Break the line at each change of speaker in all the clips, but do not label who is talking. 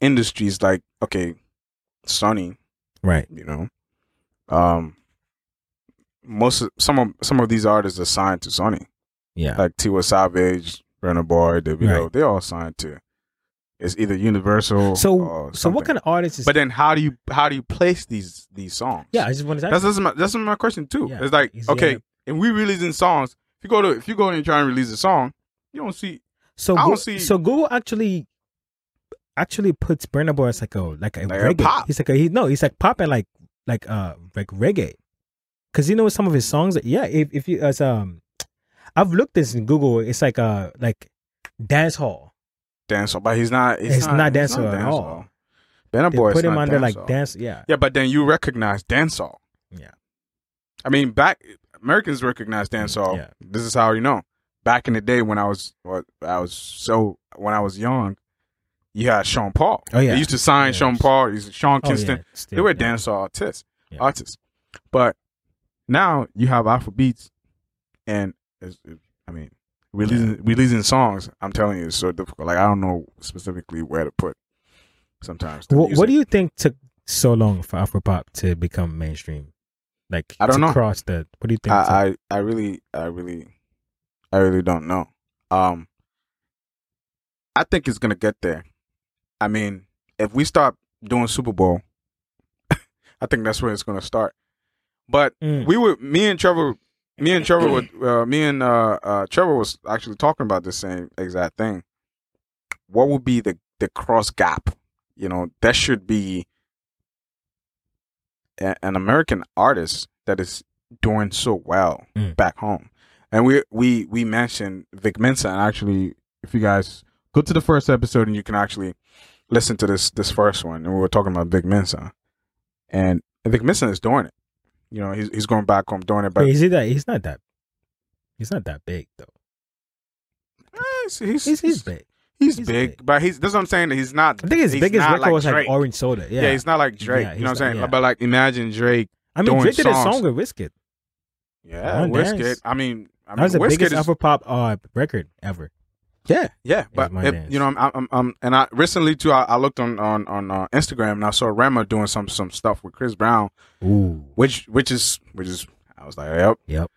industries like okay, Sony,
Right.
you know, um, most of, some of some of these artists are signed to Sony,
Yeah.
like Tiwa Savage, Burna Boy, Davido.
Right.
They're all signed to. It's either Universal.
so
or
so what
uh, something.
kind of artists is
But then how do you how do you place these these songs?
Yeah, I just wanted to
that's that's my that's my question too.
Yeah.
It's like
Is
okay,
there-
and we releasing songs. If you go to if you go in and try and release a song, you don't see
So
I
Goo-
don't see-
so Google actually actually puts Burna Boy as like a like a
Like a
reggae.
pop.
He's like a, he no, he's like pop and like like uh like reggae. Cause you know some of his songs. Yeah, if if you as um, I've looked this in Google. It's like uh like dance hall.
dancehall, but he's not. He's
It's not
he's
dancehall at all.
Burna
They
Boy,
put him under like
dance.
dance. Yeah,
Yeah, but then you recognize dancehall.
Yeah. Mm,
I mean, back Americans recognize dancehall.
Yeah.
This is how you know. Back in the day when I was well, I was so when I was young, you had Sean Paul.
Oh, yeah.
They used to sign
Yeah.
Sean Paul. He's Sean
Oh, yeah,
Kingston.
still,
They were
yeah.
dancehall artists.
Yeah.
Artists. But now you have Alpha Beats, and it's, it- I mean, releasing releasing songs. I'm telling you, it's so difficult. Like I don't know specifically where to put. Sometimes. the
Wha- What,
music.
do you think took so long for Afropop to become mainstream? Like
I don't
to
know.
Cross the what do you think? took-
I, I I really I really I really don't know. Um I think it's gonna get there. I mean, if we start doing Super Bowl, I think that's where it's gonna start. But
Mm.
we were me and Trevor me and Trevor were uh, me and uh, uh Trevor was actually talking about the same exact thing. What would be the the cross gap? You know, that should be a- an American artist that is doing so well
Mm.
back home. And we we we mentioned Vic Mensa and actually if you guys go to the first episode and you can actually listen to this this first one and we were talking about Vic Mensa. And Vic Mensa is doing it. You know, he's he's going back home doing it but
Wait, is he that? He's not that. He's not that big though.
Eh, he's, he's,
He's he's big.
he's
he's
big,
big.
but he's that's what I'm saying. That he's not.
I think his
he's
biggest
not
record was like
Drake.
Orange Soda. Yeah,
yeah. he's not like Drake.
Yeah,
you know what I'm
he's
saying?
not- yeah.
But like, imagine Drake.
I mean
doing
Drake did a
songs.
song with Wizkid.
Yeah,
on
Wizkid.
dance.
I mean, I mean,
That was the
Wizkid
biggest
is-
Afro pop uh, record ever.
yeah, yeah. But
my
if-
dance.
you know, I'm, I'm, I'm, and I recently too, I, I looked on on on uh, Instagram and I saw Rama doing some some stuff with Chris Brown,
Ooh,
which which is which is. I was like, yep,
Yep.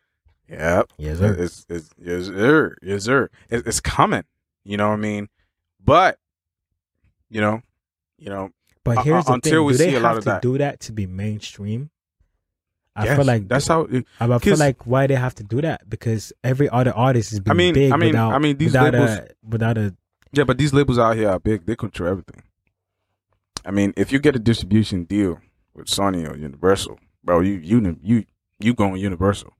yep. It's
yes, sir.
It's, it's, yes, sir. Yes, sir. It- It's coming. You know what I mean? But, you know, you know,
But
uh,
here's the
until
thing:
we
do they
see a lot
have
of
to
that.
do that to be mainstream? I
yes,
feel like
that's how. It,
I feel
'cause-
like why they have to do that because every other artist is being
mean-
big
I mean-
without
I mean, these
without
labels-
a without a
yeah, but these labels out here are big. They control everything. I mean, if you get a distribution deal with Sony or Universal, bro, you you you you going Universal.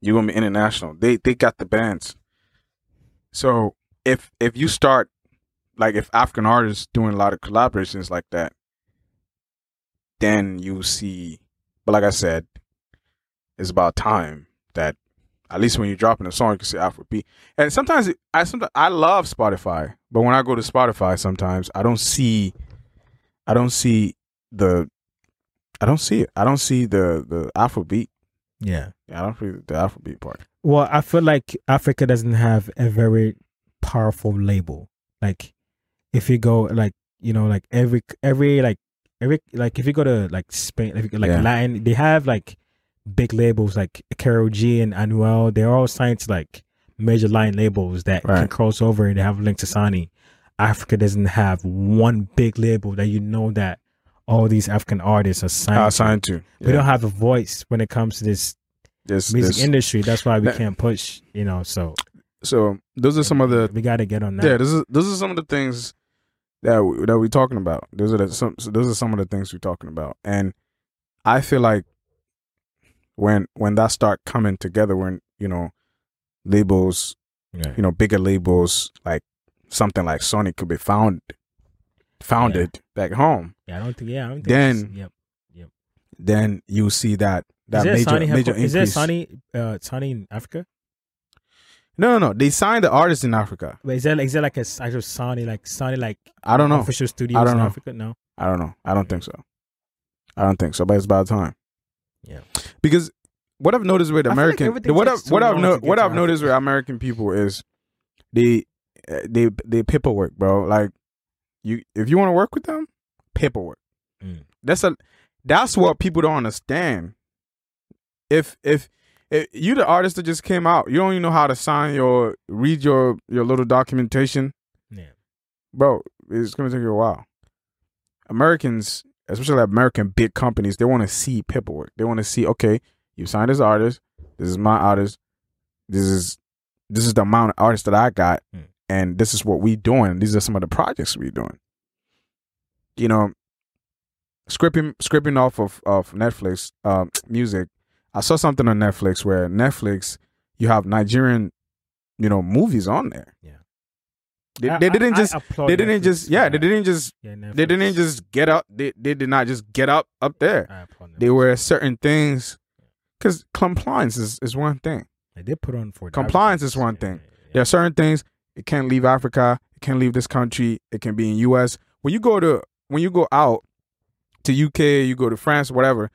You're gonna be international. They they got the bands. So if if you start like if African artists doing a lot of collaborations like that, then you see. But like I said, it's about time that at least when you're dropping a song, you can see Afrobeat. And sometimes it- I sometimes I love Spotify, but when I go to Spotify, sometimes I don't see, I don't see the, I don't see it. I don't see the the Afrobeat.
yeah.
I don't see the Afrobeat part.
Well, I feel like Africa doesn't have a very powerful label. Like, if you go, like you know, like every every like every like if you go to like Spain, if you go, like
Yeah.
Latin, they have like big labels like Carol G and Anuel. They're all signed to like major line labels that can
Right.
cross over and they have links to Sony. Africa doesn't have one big label that you know that all these African artists are signed.
I
to.
signed Uh, to.
We don't have a voice when it comes to this
this,
music
this.
industry. That's why we
That-
can't push, you know. So
So those are some of the
we got to get on that.
yeah. This is those are some of the things that we, that we're talking about. Those are the, some so those are some of the things we're talking about, and I feel like when when that start coming together, when you know labels you know bigger labels like something like Sony could be found founded back home,
Yeah, I don't think. Yeah, I don't think.
Then-
it's- yep.
then you see that that
is
major
there Sony have-
major
Is
increase.
there Sony? Uh, Sony in Africa?
No, no, no. They signed the artists in Africa.
Wait, is there is there like a s- actual Sony like Sony like
I don't know.
official studios
I don't
in
know.
Africa? No.
I don't know. I don't think so. I don't think so. But it's about time.
Yeah.
Because what I've noticed with
I feel like
American,
everything
what I've
takes too
what I've
long
no,
to get
what
to
I've noticed with
Africa.
eh, American people is they uh, they they paperwork, bro. Like You if you want to work with them, paperwork.
Mm.
That's a that's what people don't understand. If if if you the artist that just came out, you don't even know how to sign your read your your little documentation,
Yeah.
bro. It's gonna take you a while. Americans, especially American big companies, they want to see paperwork. They want to see okay, you signed as artist. This is my artist. This is this is the amount of artists that I got,
Mm.
and this is what we doing. These are some of the projects we doing. You know, scripting scripting off of of Netflix um, music. I saw something on Netflix where Netflix you have Nigerian, you know, movies on there.
Yeah.
They,
I-
they
I-
didn't
I
just
applaud
they didn't
Netflix
just
for
yeah
that.
they didn't just
Yeah,
they didn't
Netflix.
just get up they, they did not just get up up there
I applaud
they
Netflix.
were certain things because compliance is, is one thing
Like, they put on for
Compliance is
advertisers.
one
Yeah,
thing.
yeah, yeah.
there are certain things it can't leave africa it can't leave this country it can be in us when you go to when you go out to uk you go to france whatever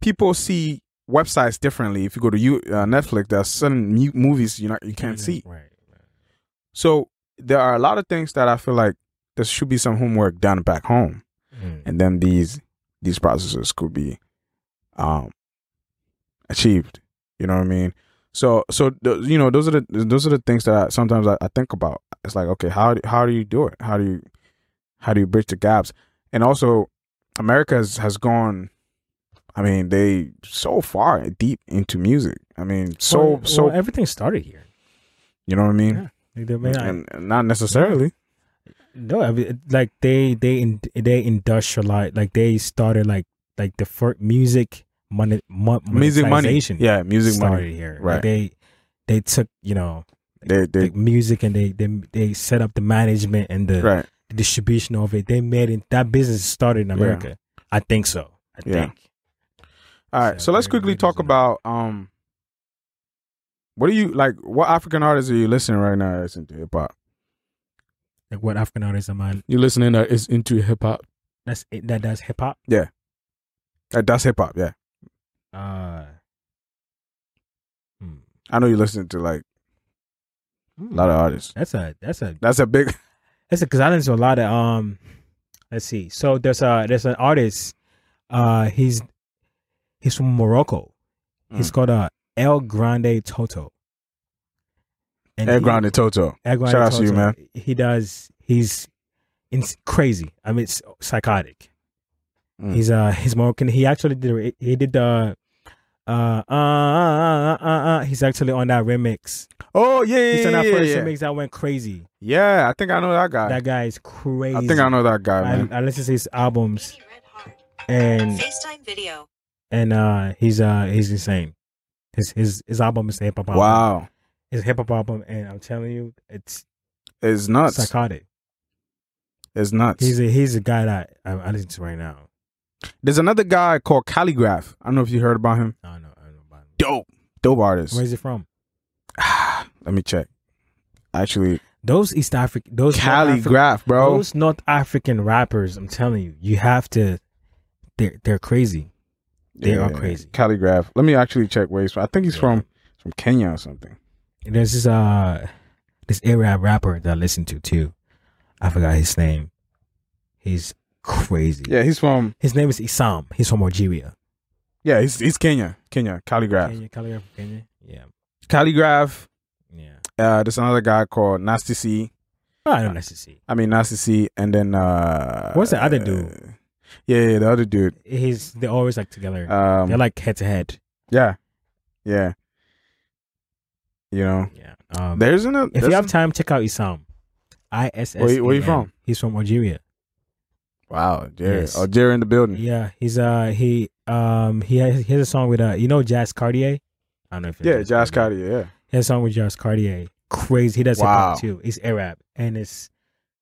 people see websites differently if you go to U, uh, netflix there are certain mu- movies you not you can't see
Right. right.
so there are a lot of things that i feel like there should be some homework done back home
Mm.
and then these these processes could be um achieved you know what i mean so so th- you know those are the those are the things that I, sometimes I, I think about it's like okay how do, how do you do it how do you how do you bridge the gaps and also america has, has gone i mean they so far deep into music i mean so
Well,
so
well, everything started here.
you know what i mean
Yeah. Like, they may not-
and, and not necessarily
no, I mean, it- like they they in, they industrialized, like they started like like the first music money mo-
music money
monetization
yeah music
started
money
here. Like,
Right.
they they took you know
they they
the music and they they they set up the management and the
right
distribution of it. They made it that business started in
Yeah.
America. I think so. I
Yeah.
think.
All right,
So
so let's
there-
quickly
there
talk
is a-
about um. What do you like? What African artists are you listening right now? That's into hip hop.
Like what African artists am I?
You listening that is into hip hop?
That's it. That that's hip hop.
that's hip hop. Yeah,
Uh, hmm.
I know you listen to like a lot of artists.
That's a that's a
That's a big.
that's a because I listen to a lot of um. Let's see. So there's a there's an artist. Uh, he's he's from Morocco. He's
Mm.
called uh El Grande Toto. And
El
he-
Grande Toto.
El Grande
Shout out to you,
Toto,
man.
He does. He's it's crazy. I mean, it's psychotic.
Mm.
He's uh he's Moroccan. He actually did he did the. Uh, uh, uh, uh, uh, uh, he's actually on that remix.
Oh yeah,
He's
yeah,
on that
yeah,
first
yeah, yeah.
remix that went crazy.
Yeah, I think I know that guy.
That guy is crazy.
I think I know that guy,
I,
man.
I listen to his albums
Red Heart.
and
FaceTime video.
and uh he's uh he's insane. His his his album is a hip hop album.
wow,
His hip hop album and I'm telling you it's
it's nuts.
psychotic.
it's nuts.
He's a he's a guy that I, I listen to right now.
There's another guy called Calligraph. I don't know if you heard about him.
I don't know, I don't know about him.
Dope, dope artist.
Where's he from?
Let me check. Actually,
Those East African those North Afri-
Calligraph, bro.
those North African rappers, I'm telling you, you have to they're they're crazy. They are crazy.
Calligraph. Let me actually check where he's from. I think he's
Yeah.
from from Kenya or something.
And there's this uh this Arab rapper that I listen to too. I forgot his name. He's crazy.
Yeah, he's from
His name is Isam. He's from Algeria.
yeah, he's he's Kenya. Kenya. Calligraph.
Kenya, Kenya, Kenya. Yeah,
Calligraph.
yeah.
Uh there's another guy called Nasty C.
I don't necessarily.
I mean Nasty C and then uh
What's the other dude?
uh, yeah, yeah, the other dude.
He's they're always like together.
Um
they're like head to head.
yeah. Yeah. You know.
Yeah. Um,
There's an
if you
there's
have
an-
time, check out Isam. I S S.
Where you- where you
A M.
from?
He's from Algeria.
Wow, Jerry.
Yes.
Oh, Jerry in the building.
Yeah. He's uh he um he has, he has a song with uh you know Jazz Cartier. I don't know if you know
Yeah, Josh Cartier, yeah.
He has a song with Jazz Cartier. Crazy. He does hip
Wow.
hop too. He's Arab and it's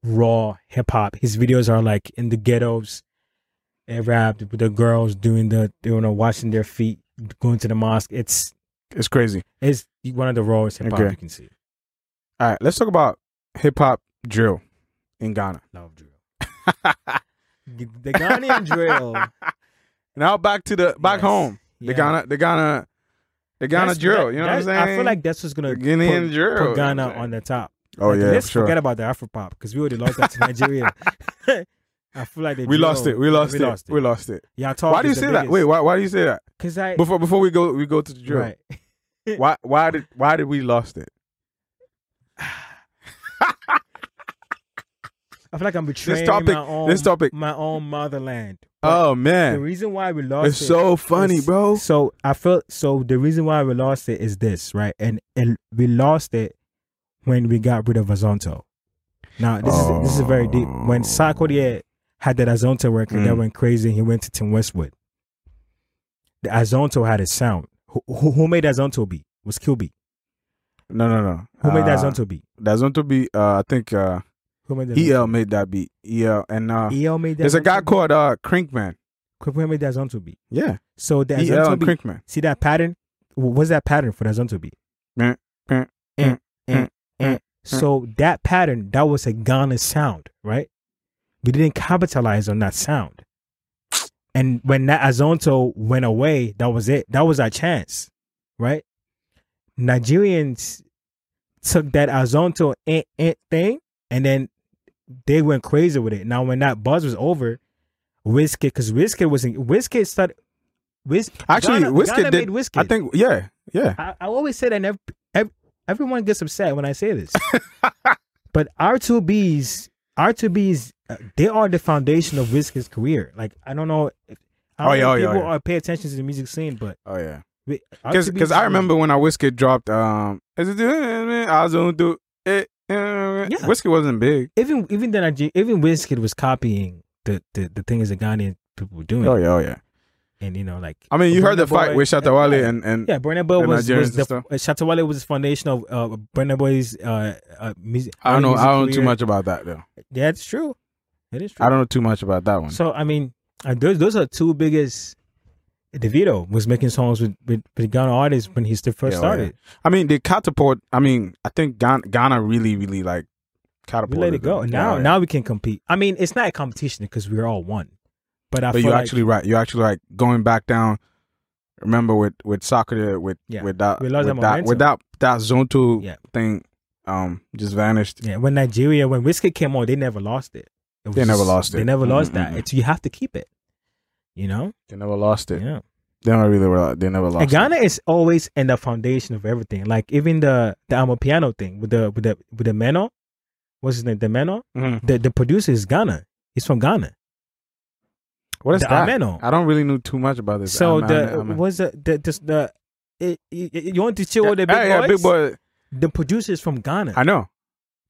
raw hip hop. His videos are like in the ghettos, Arab, the, the girls doing the, you know, washing their feet, going to the mosque. It's
It's crazy.
it's one of the rawest hip hop
Okay.
you can see.
All right, let's talk about hip hop drill in Ghana.
Love drill. The Ghanaian drill.
Now back to the back
Yes.
home.
Yeah.
They Ghana, they Ghana, they Ghana
That's-
drill.
that-
you know what I'm
that's-
saying?
I feel like that's what's
the
gonna
Ghanaian
put,
drill.
put
you know
Ghana
what I'm
on the top.
Oh
Like,
yeah,
let's
for sure.
forget about the Afro pop because we already lost that to Nigeria. I feel like they
we lost
drove.
it. We lost
we
it.
Lost it.
We lost it.
yeah,
Why do you say that? Wait, why? Why do you say that?
because I
Before before we go we go to the drill.
right.
Why why did why did we lost it?
I feel like I'm betraying
topic-
my own
this topic.
my own motherland.
Oh
The
man,
reason why we lost
it's
it
so funny,
is-
bro.
So I felt so the reason why we lost it is this, right? And and we lost it when we got rid of Azonto. Now this is this is very deep. When Sarkodie had that Azonto record that
Oh. Mm.
went crazy, he went to Tim Westwood. The Azonto had a sound. Who, who, who made Azonto beat? Was QB.
No no no.
Who made that
Uh,
Azonto beat?
That's going to be. Uh, I think uh,
Who made that?
El made that beat. El and uh,
EL E made that.
there's a guy
Azonto beat?
called uh Crinkman.
Who made that Azonto beat?
Yeah,
So the
El
Azonto
and
beat.
Crinkman.
See that pattern? Wh- What's that pattern for the Zonto beat?
Eh, eh, eh, eh, eh.
So that pattern, that was a Ghana sound, right? We didn't capitalize on that sound. And when that Azonto went away, that was it. That was our chance, right? Nigerians took that Azonto eh, eh, thing and then they went crazy with it. Now, when that buzz was over, Wizkid, because Wizkid was in, Wizkid started. Wiz,
Actually,
Ghana,
Wizkid
Ghana
did-
made Wizkid.
I think. Yeah, yeah.
I, I always say that, and ev- ev- everyone gets upset when I say this. but R two Bs, R two Bs, uh, they are the foundation of Wizkid's career. Like I don't know, if, I don't
Oh, yeah,
know if
oh, yeah,
people
oh, yeah.
are pay attention to the music scene, but
Oh yeah.
we-
Because
R2Bs
because I remember when I Whiskey dropped. Um, is it doing? I was gonna do it. Yeah.
Yeah.
Whiskey wasn't big.
even even the Niger- even Wizkid was copying the the, the things that Ghanaian people were doing,
Oh yeah, oh yeah.
and you know like.
I mean, you heard the
Burna
fight
Mm. Boy
with Shatawale and and
yeah, Burna Boy
the
was,
Nigerians
was
and
the
stuff.
uh, Shatawale was the foundation of uh, Burna Boy's uh, uh, music.
I don't know.
music
I don't know too
career.
much about that though.
Yeah, it's true. It is true.
I don't know too much about that one.
So I mean, uh, those those are two biggest. DeVito was making songs with with, with Ghana artists when he still first
Yeah, oh, yeah.
started.
I mean, the catapult. I mean, I think Ghana, Ghana really, really like
We
catapulted.
let it go.
them.
Now
Yeah,
now we can compete. I mean, it's not a competition because we're all one. But I
but
feel
you're
like
actually right. You're actually like going back down. Remember with with soccer with
Yeah.
with that
We
with
lost
that,
that
with that that zone two
Yeah.
thing, um, just vanished.
yeah, when Nigeria when Whiskey came out, they never lost it. It was
They never lost
They
it.
never lost that.
Mm-mm-mm.
It's, you have to keep it. You know.
They never lost it.
Yeah.
They never really were. They never lost.
And
it.
Ghana is always in the foundation of everything. Like even the the Amo Piano thing with the with the with the Meno, what's his name? The Meno.
Mhm.
The the producer is Ghana. He's from Ghana.
What is
the
that?
Ameno.
I don't really know too much about this.
So
Amen-
the
Amen.
was the the this, the it, you, you want to chill with the big,
yeah, yeah,
boys?
big boy.
The producer is from Ghana,
I know,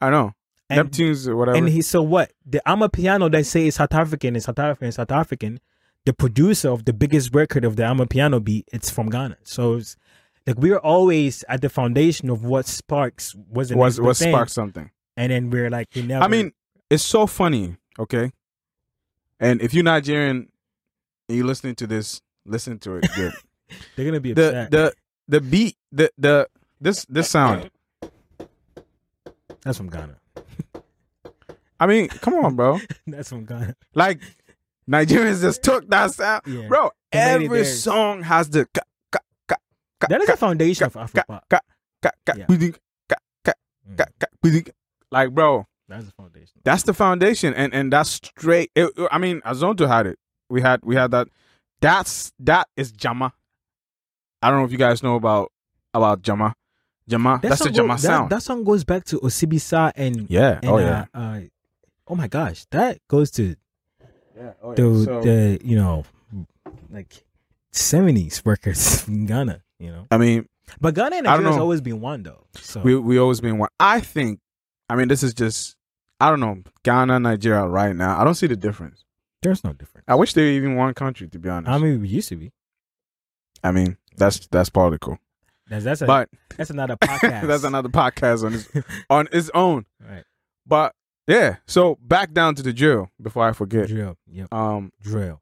I know.
and,
Neptune's or whatever.
and he so what the I'm a piano they say is South African and South African and South African. The producer of the biggest record of the I'm a piano beat, it's from Ghana. So it's like we're always at the foundation of what sparks was the
was
next
was
thing,
sparked something.
and then we're like we never.
I mean, it's so funny, okay? And if you're Nigerian and you're listening to this, listen to it good.
they're gonna be
the
upset.
the the beat, the the this this sound.
That's from Ghana.
I mean, come on, bro.
That's from Ghana.
Like Nigerians just took that sound.
Yeah.
Bro,
They made it
every
theirs.
song has the ka, ka, ka, ka,
That is
ka,
a foundation of
ka,
Afropop.
ka, ka, ka,
Yeah.
bidink, ka, ka,
Mm.
ka, ka, bidink. like bro,
That's a foundation.
that's the foundation and and that's straight it, i mean azonto had it we had we had that that's that is jama i don't know if you guys know about about jama jama
That
that's the
song go-
jama
that,
sound
That song goes back to Osibisa and,
yeah
and
oh yeah
uh, uh, oh my gosh, that goes to
yeah, oh, yeah.
the
So,
the you know like seventies records from Ghana, you know.
i mean
But Ghana and
I don't
Nigeria has
know.
always been one though. So
we we always been one i think i mean this is just i don't know ghana nigeria right now i don't see the difference
there's no difference.
i wish they were even one country to be honest
I mean, we used to be.
i mean that's that's political
That's that's a,
but
that's another podcast.
that's another podcast on its on its own
right.
But yeah, so back down to the drill before I forget.
drill. Yep,
Um,
drill.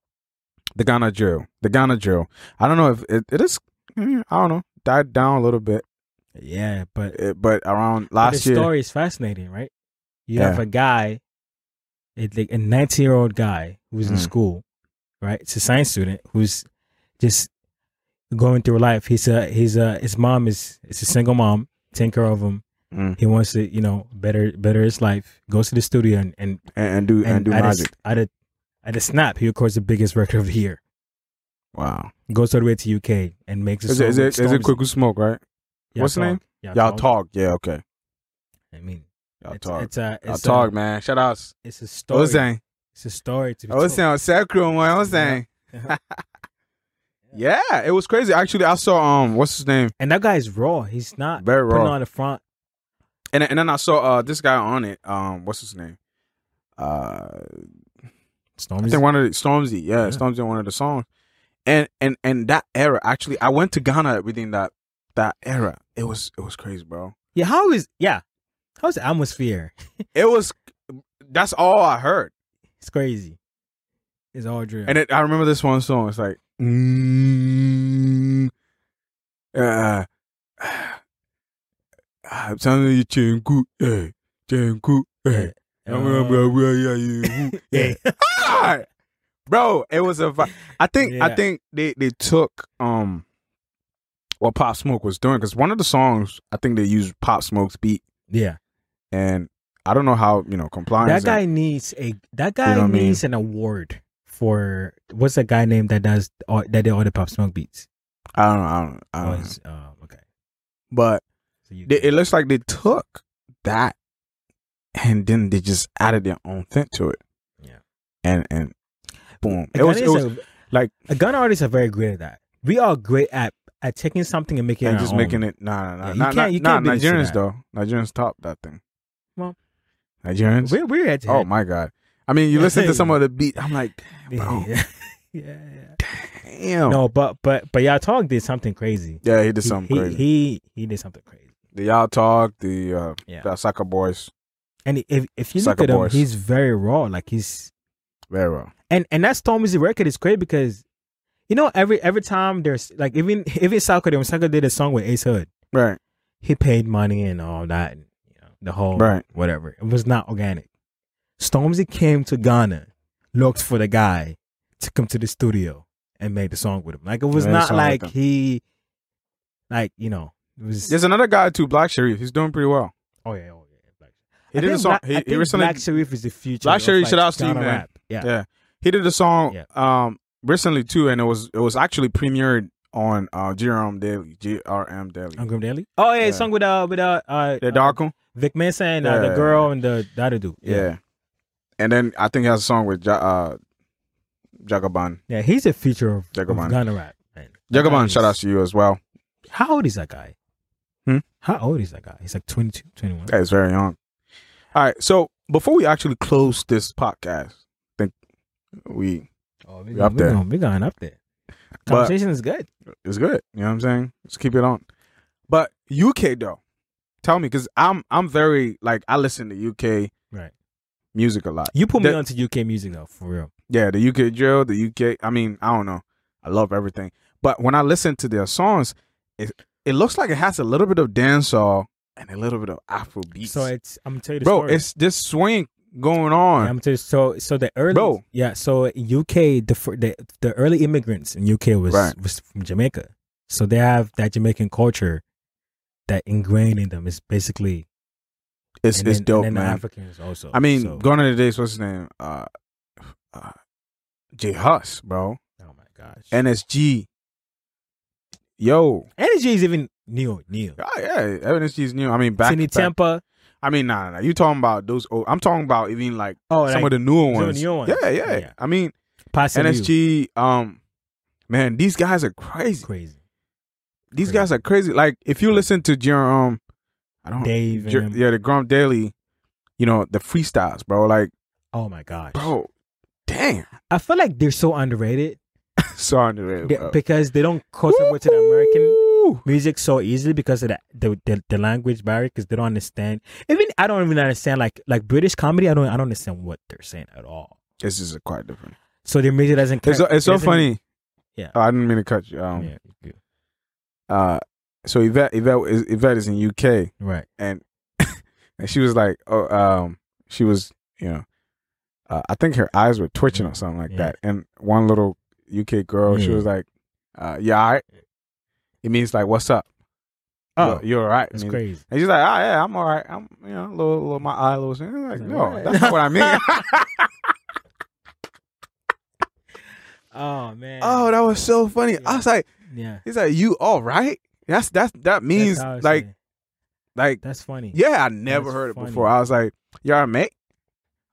the Ghana drill, the Ghana drill. I don't know if it, it is. mm, I don't know. Died down a little bit,
Yeah, but,
eh, but around
but
last
the
year,
story is fascinating, right? You have
Yeah.
a guy, it, like a nineteen year old guy who's in
Mm.
school, right? It's a science student who's just going through life. He's a he's a his mom is it's a single mom, taking care of him.
Mm.
He wants to, you know, better better his life. Goes to the studio and and,
and, and do and, do
at a s-
magic.
at a at a snap, he records the biggest record of the year.
Wow.
Goes all the way to UK and makes a
Is
song
it is
with
it, is it
Stormzy.
Quick Smoke right?
Y'all
what's the
Talk.
name?
Y'all,
Y'all
Talk.
talk. Yeah. Okay.
I mean,
Y'all
it's,
talk.
It's a
Y'all
it's
talk,
A,
man. Shout outs.
it's a story.
Ozan.
It's a story to be told.
Ozan. Sacrum. Ozan.
Yeah.
Yeah. It was crazy. Actually, I saw um, what's his name?
And that guy's raw. He's not
Very
putting
raw.
on the front.
And and then I saw uh this guy on it. Um, what's his name? Uh, I
Stormzy.
think one of the Stormzy. Yeah,
Yeah.
Stormzy on one of the songs. And and and that era. Actually, I went to Ghana within that that era. It was it was crazy, bro.
yeah. How is yeah? How's the atmosphere?
It was. That's all I heard.
It's crazy. It's all drill.
And it, I remember this one song. It's like, mm, uh, I'm telling you, Chengu, eh, Chengu, eh.
Uh,
I'm gonna be- yeah, yeah, yeah, yeah. Ah! Bro, it was a vi- I think I
Yeah.
think they they took um what Pop Smoke was doing because one of the songs I think they used Pop Smoke's beat
yeah.
and I don't know how you know compliance.
That guy needs a that guy
know what I mean?
needs an award for what's that guy name that does all, that did all the pop smoke beats?
I don't know. I don't, I
Oh,
don't know.
it's, uh, okay.
But
So you,
they, it looks like they took that and then they just added their own thing to it.
Yeah.
And and boom.
A
It was, it
Ghanaian's
was
are-
like-
a gun artists are very great at that. We are great at at taking something and making
and
it
just making it nah nah nah
Yeah, you
nah,
can't-
nah,
you
nah,
can't beat us to
Nigerians
that.
though. Nigerians top that thing.
Well,
Nigerians.
We're we're at
Oh my god. I mean you listen to some of the beat, I'm like, bro.
yeah, yeah.
damn.
No, but but but y'all talk did something crazy.
Yeah, he did
He-
something
he,
crazy.
He he did something crazy.
the Y'all Talk, the uh
Yeah.
the Soccer Boys,
And if if you look
Sucker
at him,
Boys.
he's very raw. Like he's
very well.
and and that Stormzy record is great because you know every every time there's like even even Saka did- when Saka did a song with Ace Hood,
Right,
he paid money and all that, and, you know, the whole
right.
whatever. It was not organic. Stormzy came to Ghana, looked for the guy, took him to the studio and made the song with him. Like it was
Made a
not
song with
like
him.
he, like you know, it was.
There's another guy too, Black Sharif. He's doing pretty well.
oh yeah, oh yeah. Black,
He
I
did a
think
song.
Black,
he,
I
he
think
recently
Black Sharif is the future.
Black
of,
Sharif,
like,
shout outs to you,
Ghana
man.
rap. Yeah.
Yeah. he did a song
Yeah.
um recently too, and it was it was actually premiered on uh GRM Daily, GRM Daily.
On Grim Daily. Oh yeah,
Yeah.
song with uh with uh, uh
The dark one,
Vic Mensa and uh,
Yeah.
the girl and the the other dude.
yeah. And then I think he has a song with ja- uh Jagaban.
yeah, he's a feature of, of
Jagaban.
Ghana rap. Man. That guy
Jagaban,
is-
shout outs to you as well.
How old is that guy?
Hmm?
How old is that guy? He's like 22, 21.
That is very young. All right, so before we actually close this podcast, I think we
Oh, we,
We up
we
there.
Going, we going up there. Conversation is good.
it's good. You know what I'm saying? Let's keep it on. But UK though, tell me because I'm I'm very like I listen to UK
Right.
music a lot.
You put me
The-
onto UK music though, for real.
Yeah, the UK drill, the UK. I mean, I don't know. I love everything, but when I listen to their songs, it it looks like it has a little bit of dancehall and a little bit of Afro beats.
So it's I'm gonna tell you the
bro,
story.
it's this swing going
Yeah,
on.
I'm tell you, so so the early
Bro.
yeah so in UK the fir- the the early immigrants in UK was
Right.
was from Jamaica, so they have that Jamaican culture that ingrained in them. It's basically
it's
and
it's
then,
dope,
and then
man.
The Africans also.
I mean,
so-
going to the days, what's his name? Uh, uh, J Huss, bro.
oh my gosh, and
NSG. Yo,
energy is even neo neo.
oh, yeah, NSG's new. I mean, back,
Tiny
back.
Tempa.
I mean, nah, nah, nah. You talking about those? Old, I'm talking about even like
Oh,
some
like
of the newer
some of the
ones.
newer ones.
Yeah, yeah,
Yeah.
I mean,
Posse Liu.
NSG. Um, man, these guys are crazy.
crazy.
These
Crazy.
guys are crazy. Like if you listen to Jerome, I don't.
Dave.
Jer-
and them.
yeah, the Grump Daily. You know the freestyles, bro. Like,
Oh my gosh,
bro, damn.
I feel like they're so underrated
Sorry, underrated,
be-
bro.
because they don't cross over to the American
Woo!
music so easily because of the the, the, the language barrier because they don't understand. Even I don't even understand like like British comedy. I don't I don't understand what they're saying at all.
This is quite different.
So their music doesn't.
It's so,
connect-
it's so
doesn't-
funny.
Yeah.
Oh, I didn't mean to cut you. Um,
Yeah, yeah.
uh, so Yvette, Yvette, is, Yvette is in UK,
right.
and and she was like, oh, um, she was, you know, uh, I think her eyes were twitching or something like
Yeah.
that. And one little UK girl, she
Yeah.
was like, uh, yeah, all right. it means like, what's up?
Oh,
you're, all right. I
it's
mean,
crazy.
And she's like, oh, yeah, I'm all right. I'm, you know, a little, little my eye, a little. something." I'm like,
Like,
no,
what?
that's not what I mean.
Oh man.
oh, that was so funny. I
Yeah.
was like,
yeah.
he's like, you all right? That's that's that means
That's how it's
like
been.
like
that's funny.
yeah, I never
That's
heard it
funny.
before. I was like, y'all mate.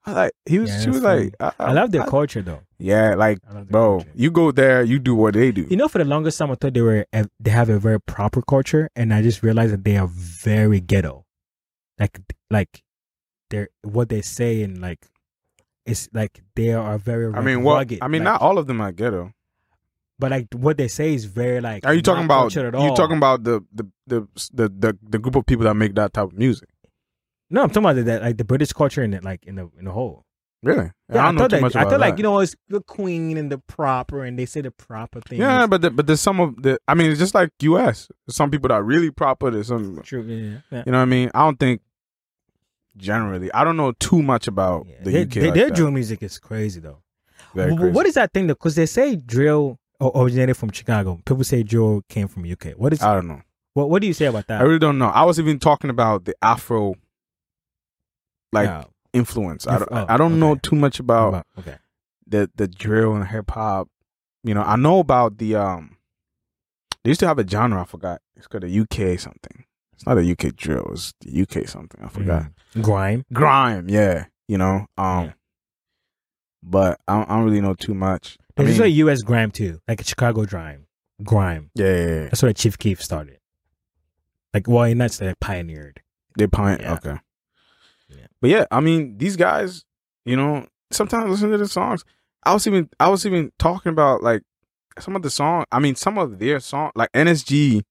I was like he was,
Yeah,
she
that's
was
funny.
like, I,
I love their
I-
culture though.
Yeah, like
I love their
bro,
culture.
you go there, you do what they do.
You know, for the longest time, I thought they were they have a very proper culture, and I just realized that they are very ghetto. Like, like, they're what they say and like, it's like they are very.
I
like,
mean, what?
rugged,
I mean,
like-
not all of them are ghetto.
But like, what they say is very like.
Are you
not
talking about?
cultured at
You
all.
talking about the the, the the the the group of people that make that type of music?
No, I'm talking about that like the British culture in it, like in the in the whole.
Really?
Yeah, I,
don't know
thought
too
that,
much
I
about
thought like
that.
you know it's the queen and the proper, and they say the proper thing.
Yeah, but the, but there's some of the. I mean, it's just like U.S. There's some people that are really proper. There's some,
true. Yeah, yeah.
you know what I mean. I don't think generally. I don't know too much about
Yeah.
the
They-
UK.
they-
like
their
that.
drill music is crazy though.
Very
Wh- wh-
crazy.
What is that thing? Because they say drill o- originated from Chicago. People say drill came from UK. What is
I don't know.
what? What do you say about that?
I really don't know. I was even talking about the Afro, like
Yeah.
influence. I
Inf-
don't,
oh,
I don't know
okay.
too much about
About- okay.
the the drill and hip hop. You know, I know about the um. They used to have a genre. I forgot. It's called a UK something. It's not a UK drill. It's the UK something. I forgot.
Mm. Grime.
grime yeah you know um
Yeah.
but I don't, I don't really know too much I
There's
mean,
also a US grime too, like a Chicago grime. Grime.
yeah, yeah, yeah.
That's where Chief Keef started. Like, well, and that's like pioneered.
they pint
Yeah.
okay
Yeah.
but yeah i mean these guys you know sometimes listen to the songs i was even i was even talking about like some of the song i mean some of their song like nsg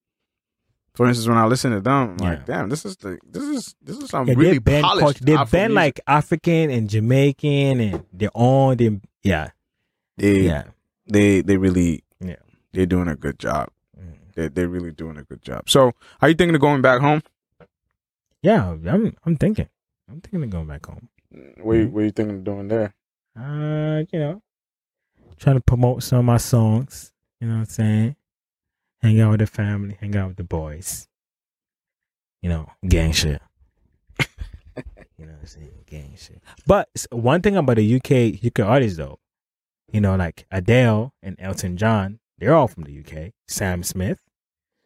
for instance when i listen to them I'm like damn this is the this is this is some
Yeah,
really
they banned
polished
culture. They
Afro
banned
music.
like African and Jamaican and their own. They, yeah,
they,
yeah.
they they really
Yeah.
they're doing a good job
Mm.
they they're really doing a good job so are you thinking of going back home
Yeah, I'm. I'm thinking. I'm thinking of going back home.
What
Mm-hmm.
you, what you thinking of doing there?
uh, you know, trying to promote some of my songs. You know what I'm saying? Hang out with the family, hang out with the boys. You know, gang shit. you know what I'm saying? Gang shit. But s- one thing about the UK UK artists though, you know, like Adele and Elton John, they're all from the UK. Sam Smith.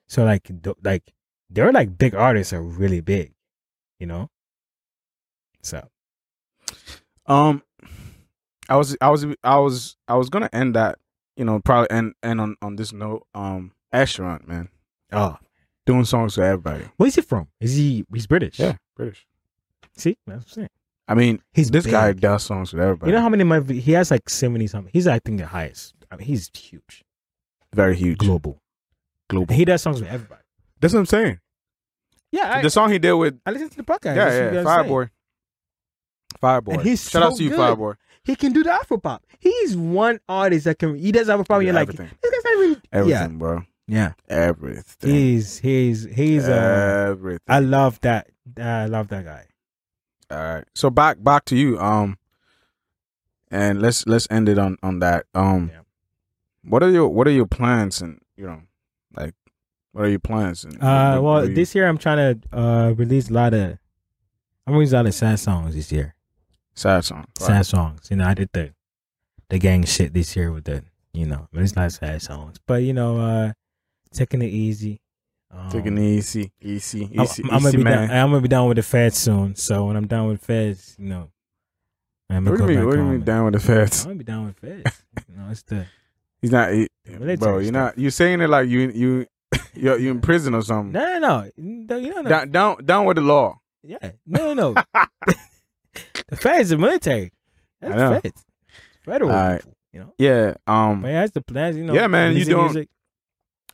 So like, th- like they're like big artists are really big. You know. So
Um, I was I was I was I was gonna end that you know probably end end on on this note. Um, Asheron man,
oh,
doing songs for everybody.
where's he from? Is he he's British?
Yeah, British.
See, that's what I'm saying.
I mean,
He's
this
big.
guy does songs with everybody.
You know how many might be- he has like seventy something. He's I think the highest. I mean, he's huge,
very huge.
global,
Global.
And he does songs with everybody.
That's what I'm saying.
Yeah, I,
the song he did with
I listen to the podcast. That's
yeah
what
yeah
you guys say.
Fireboy. Fireboy.
And he's
Shout out
so
to you,
good.
Fireboy.
He can do the Afro pop. He's one artist that can. He does Afro pop. and
Yeah,
You're like
everything.
this guy's not even.
Everything, bro.
Yeah, yeah.
Everything.
He's he's he's. Uh,
Everything.
I love that. I love that guy.
All right. So back back to you. Um, and let's let's end it on on that. Um,
Yeah.
what are your what are your plans and you know, like, what are your plans and
Uh,
what- what
well,
do you-
this year I'm trying to uh release a lot of. I'm gonna release a lot of sad songs this year.
sad song. Right.
sad songs. You know, I did the the gang shit this year with the you know, but it's not sad songs. But you know, uh taking it easy. Um,
Taking it easy, easy,
I'm,
easy,
I'm
easy
gonna be
man.
down, I'm gonna be down with the feds soon. So when I'm down with feds, you know, I'm
what do you
gonna go
mean?
back
What do you
home
mean
and-
down with the
I'm
feds?
gonna be down with feds. you know, it's the
He's not, he,
Military
bro. You're
stuff.
not. You're saying it like you you you're, you in prison or something.
no, no, no, no, you don't know.
Down down down with the law.
yeah, no, no, no. the feds are military. That's
I know.
feds. Federal.
All right.
people, You know,
Yeah. Um.
but yeah, that's the plans. You know,
Yeah, man, you
releasing
doing-
music.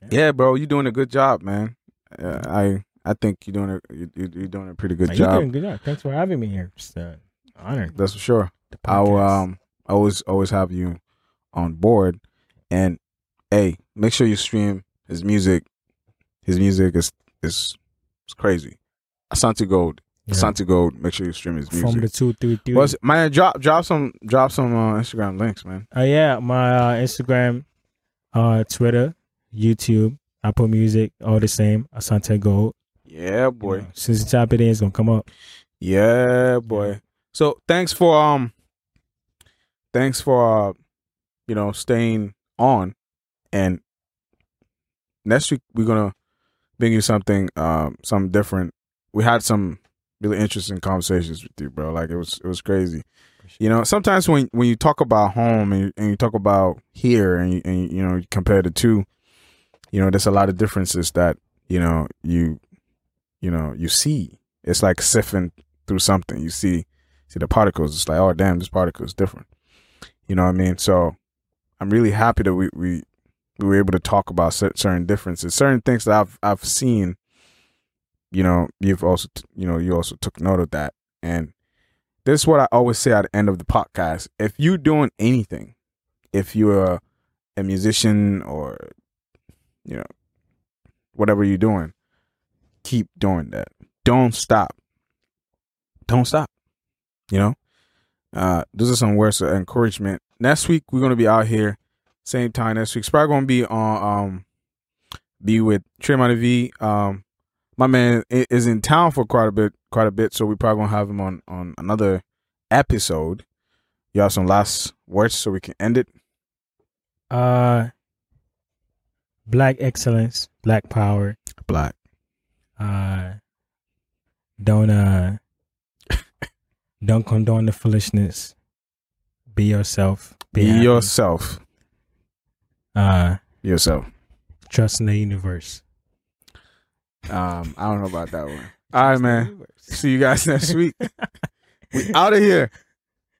Yeah, bro. You're doing a good job, man. Uh,
Mm-hmm.
I I think you're doing a you, you- you're doing a pretty good
Like,
job.
You're doing good job. Thanks for having me here. It's uh, an honor.
That's for sure.
The
I'll
podcast.
um always always have you on board. And hey, make sure you stream his music. His music is is it's crazy. Asante Gold.
Yeah.
Asante Gold. Make sure you stream his
from the
music.
two three three.
What's man, drop drop some drop some uh, Instagram links, man.
Uh, yeah, my uh, Instagram, uh, Twitter, YouTube, Apple Music, all the same. Asante Gold.
Yeah,
you
boy.
know, since you tap it in, it's gonna come up.
Yeah, boy. So thanks for um thanks for uh you know staying on and next week we're gonna bring you something um something different. We had some really interesting conversations with you, bro. Like it was it was crazy. You know, sometimes when when you talk about home and you, and you talk about here and you, and you know you compare the two, you know there's a lot of differences that you know you you know you see. It's like sifting through something. You see see the particles. It's like oh damn, this particle is different. You know what I mean? So I'm really happy that we we, we were able to talk about cer- certain differences, certain things that I've I've seen. You know, you've also t- you know you also took note of that and this is what I always say at the end of the podcast. If you're doing anything, if you're a musician or you know whatever you're doing, keep doing that. Don't stop. Don't stop. You know, uh, those are some words of encouragement. Next week we're gonna be out here, same time next week. It's probably gonna be on um, be with Trey Money V. Um, my man i- is in town for quite a bit, quite a bit. So we probably gonna have him on on another episode. You have some last words so we can end it.
Uh, black excellence, black power.
Black.
Uh, don't uh, don't condone the foolishness. Be yourself.
Be
happy.
yourself.
Uh,
Yourself.
trust in the universe.
Um, I don't know about that one. All right,
Trust in the
man.
universe.
See you guys next week. we out of here.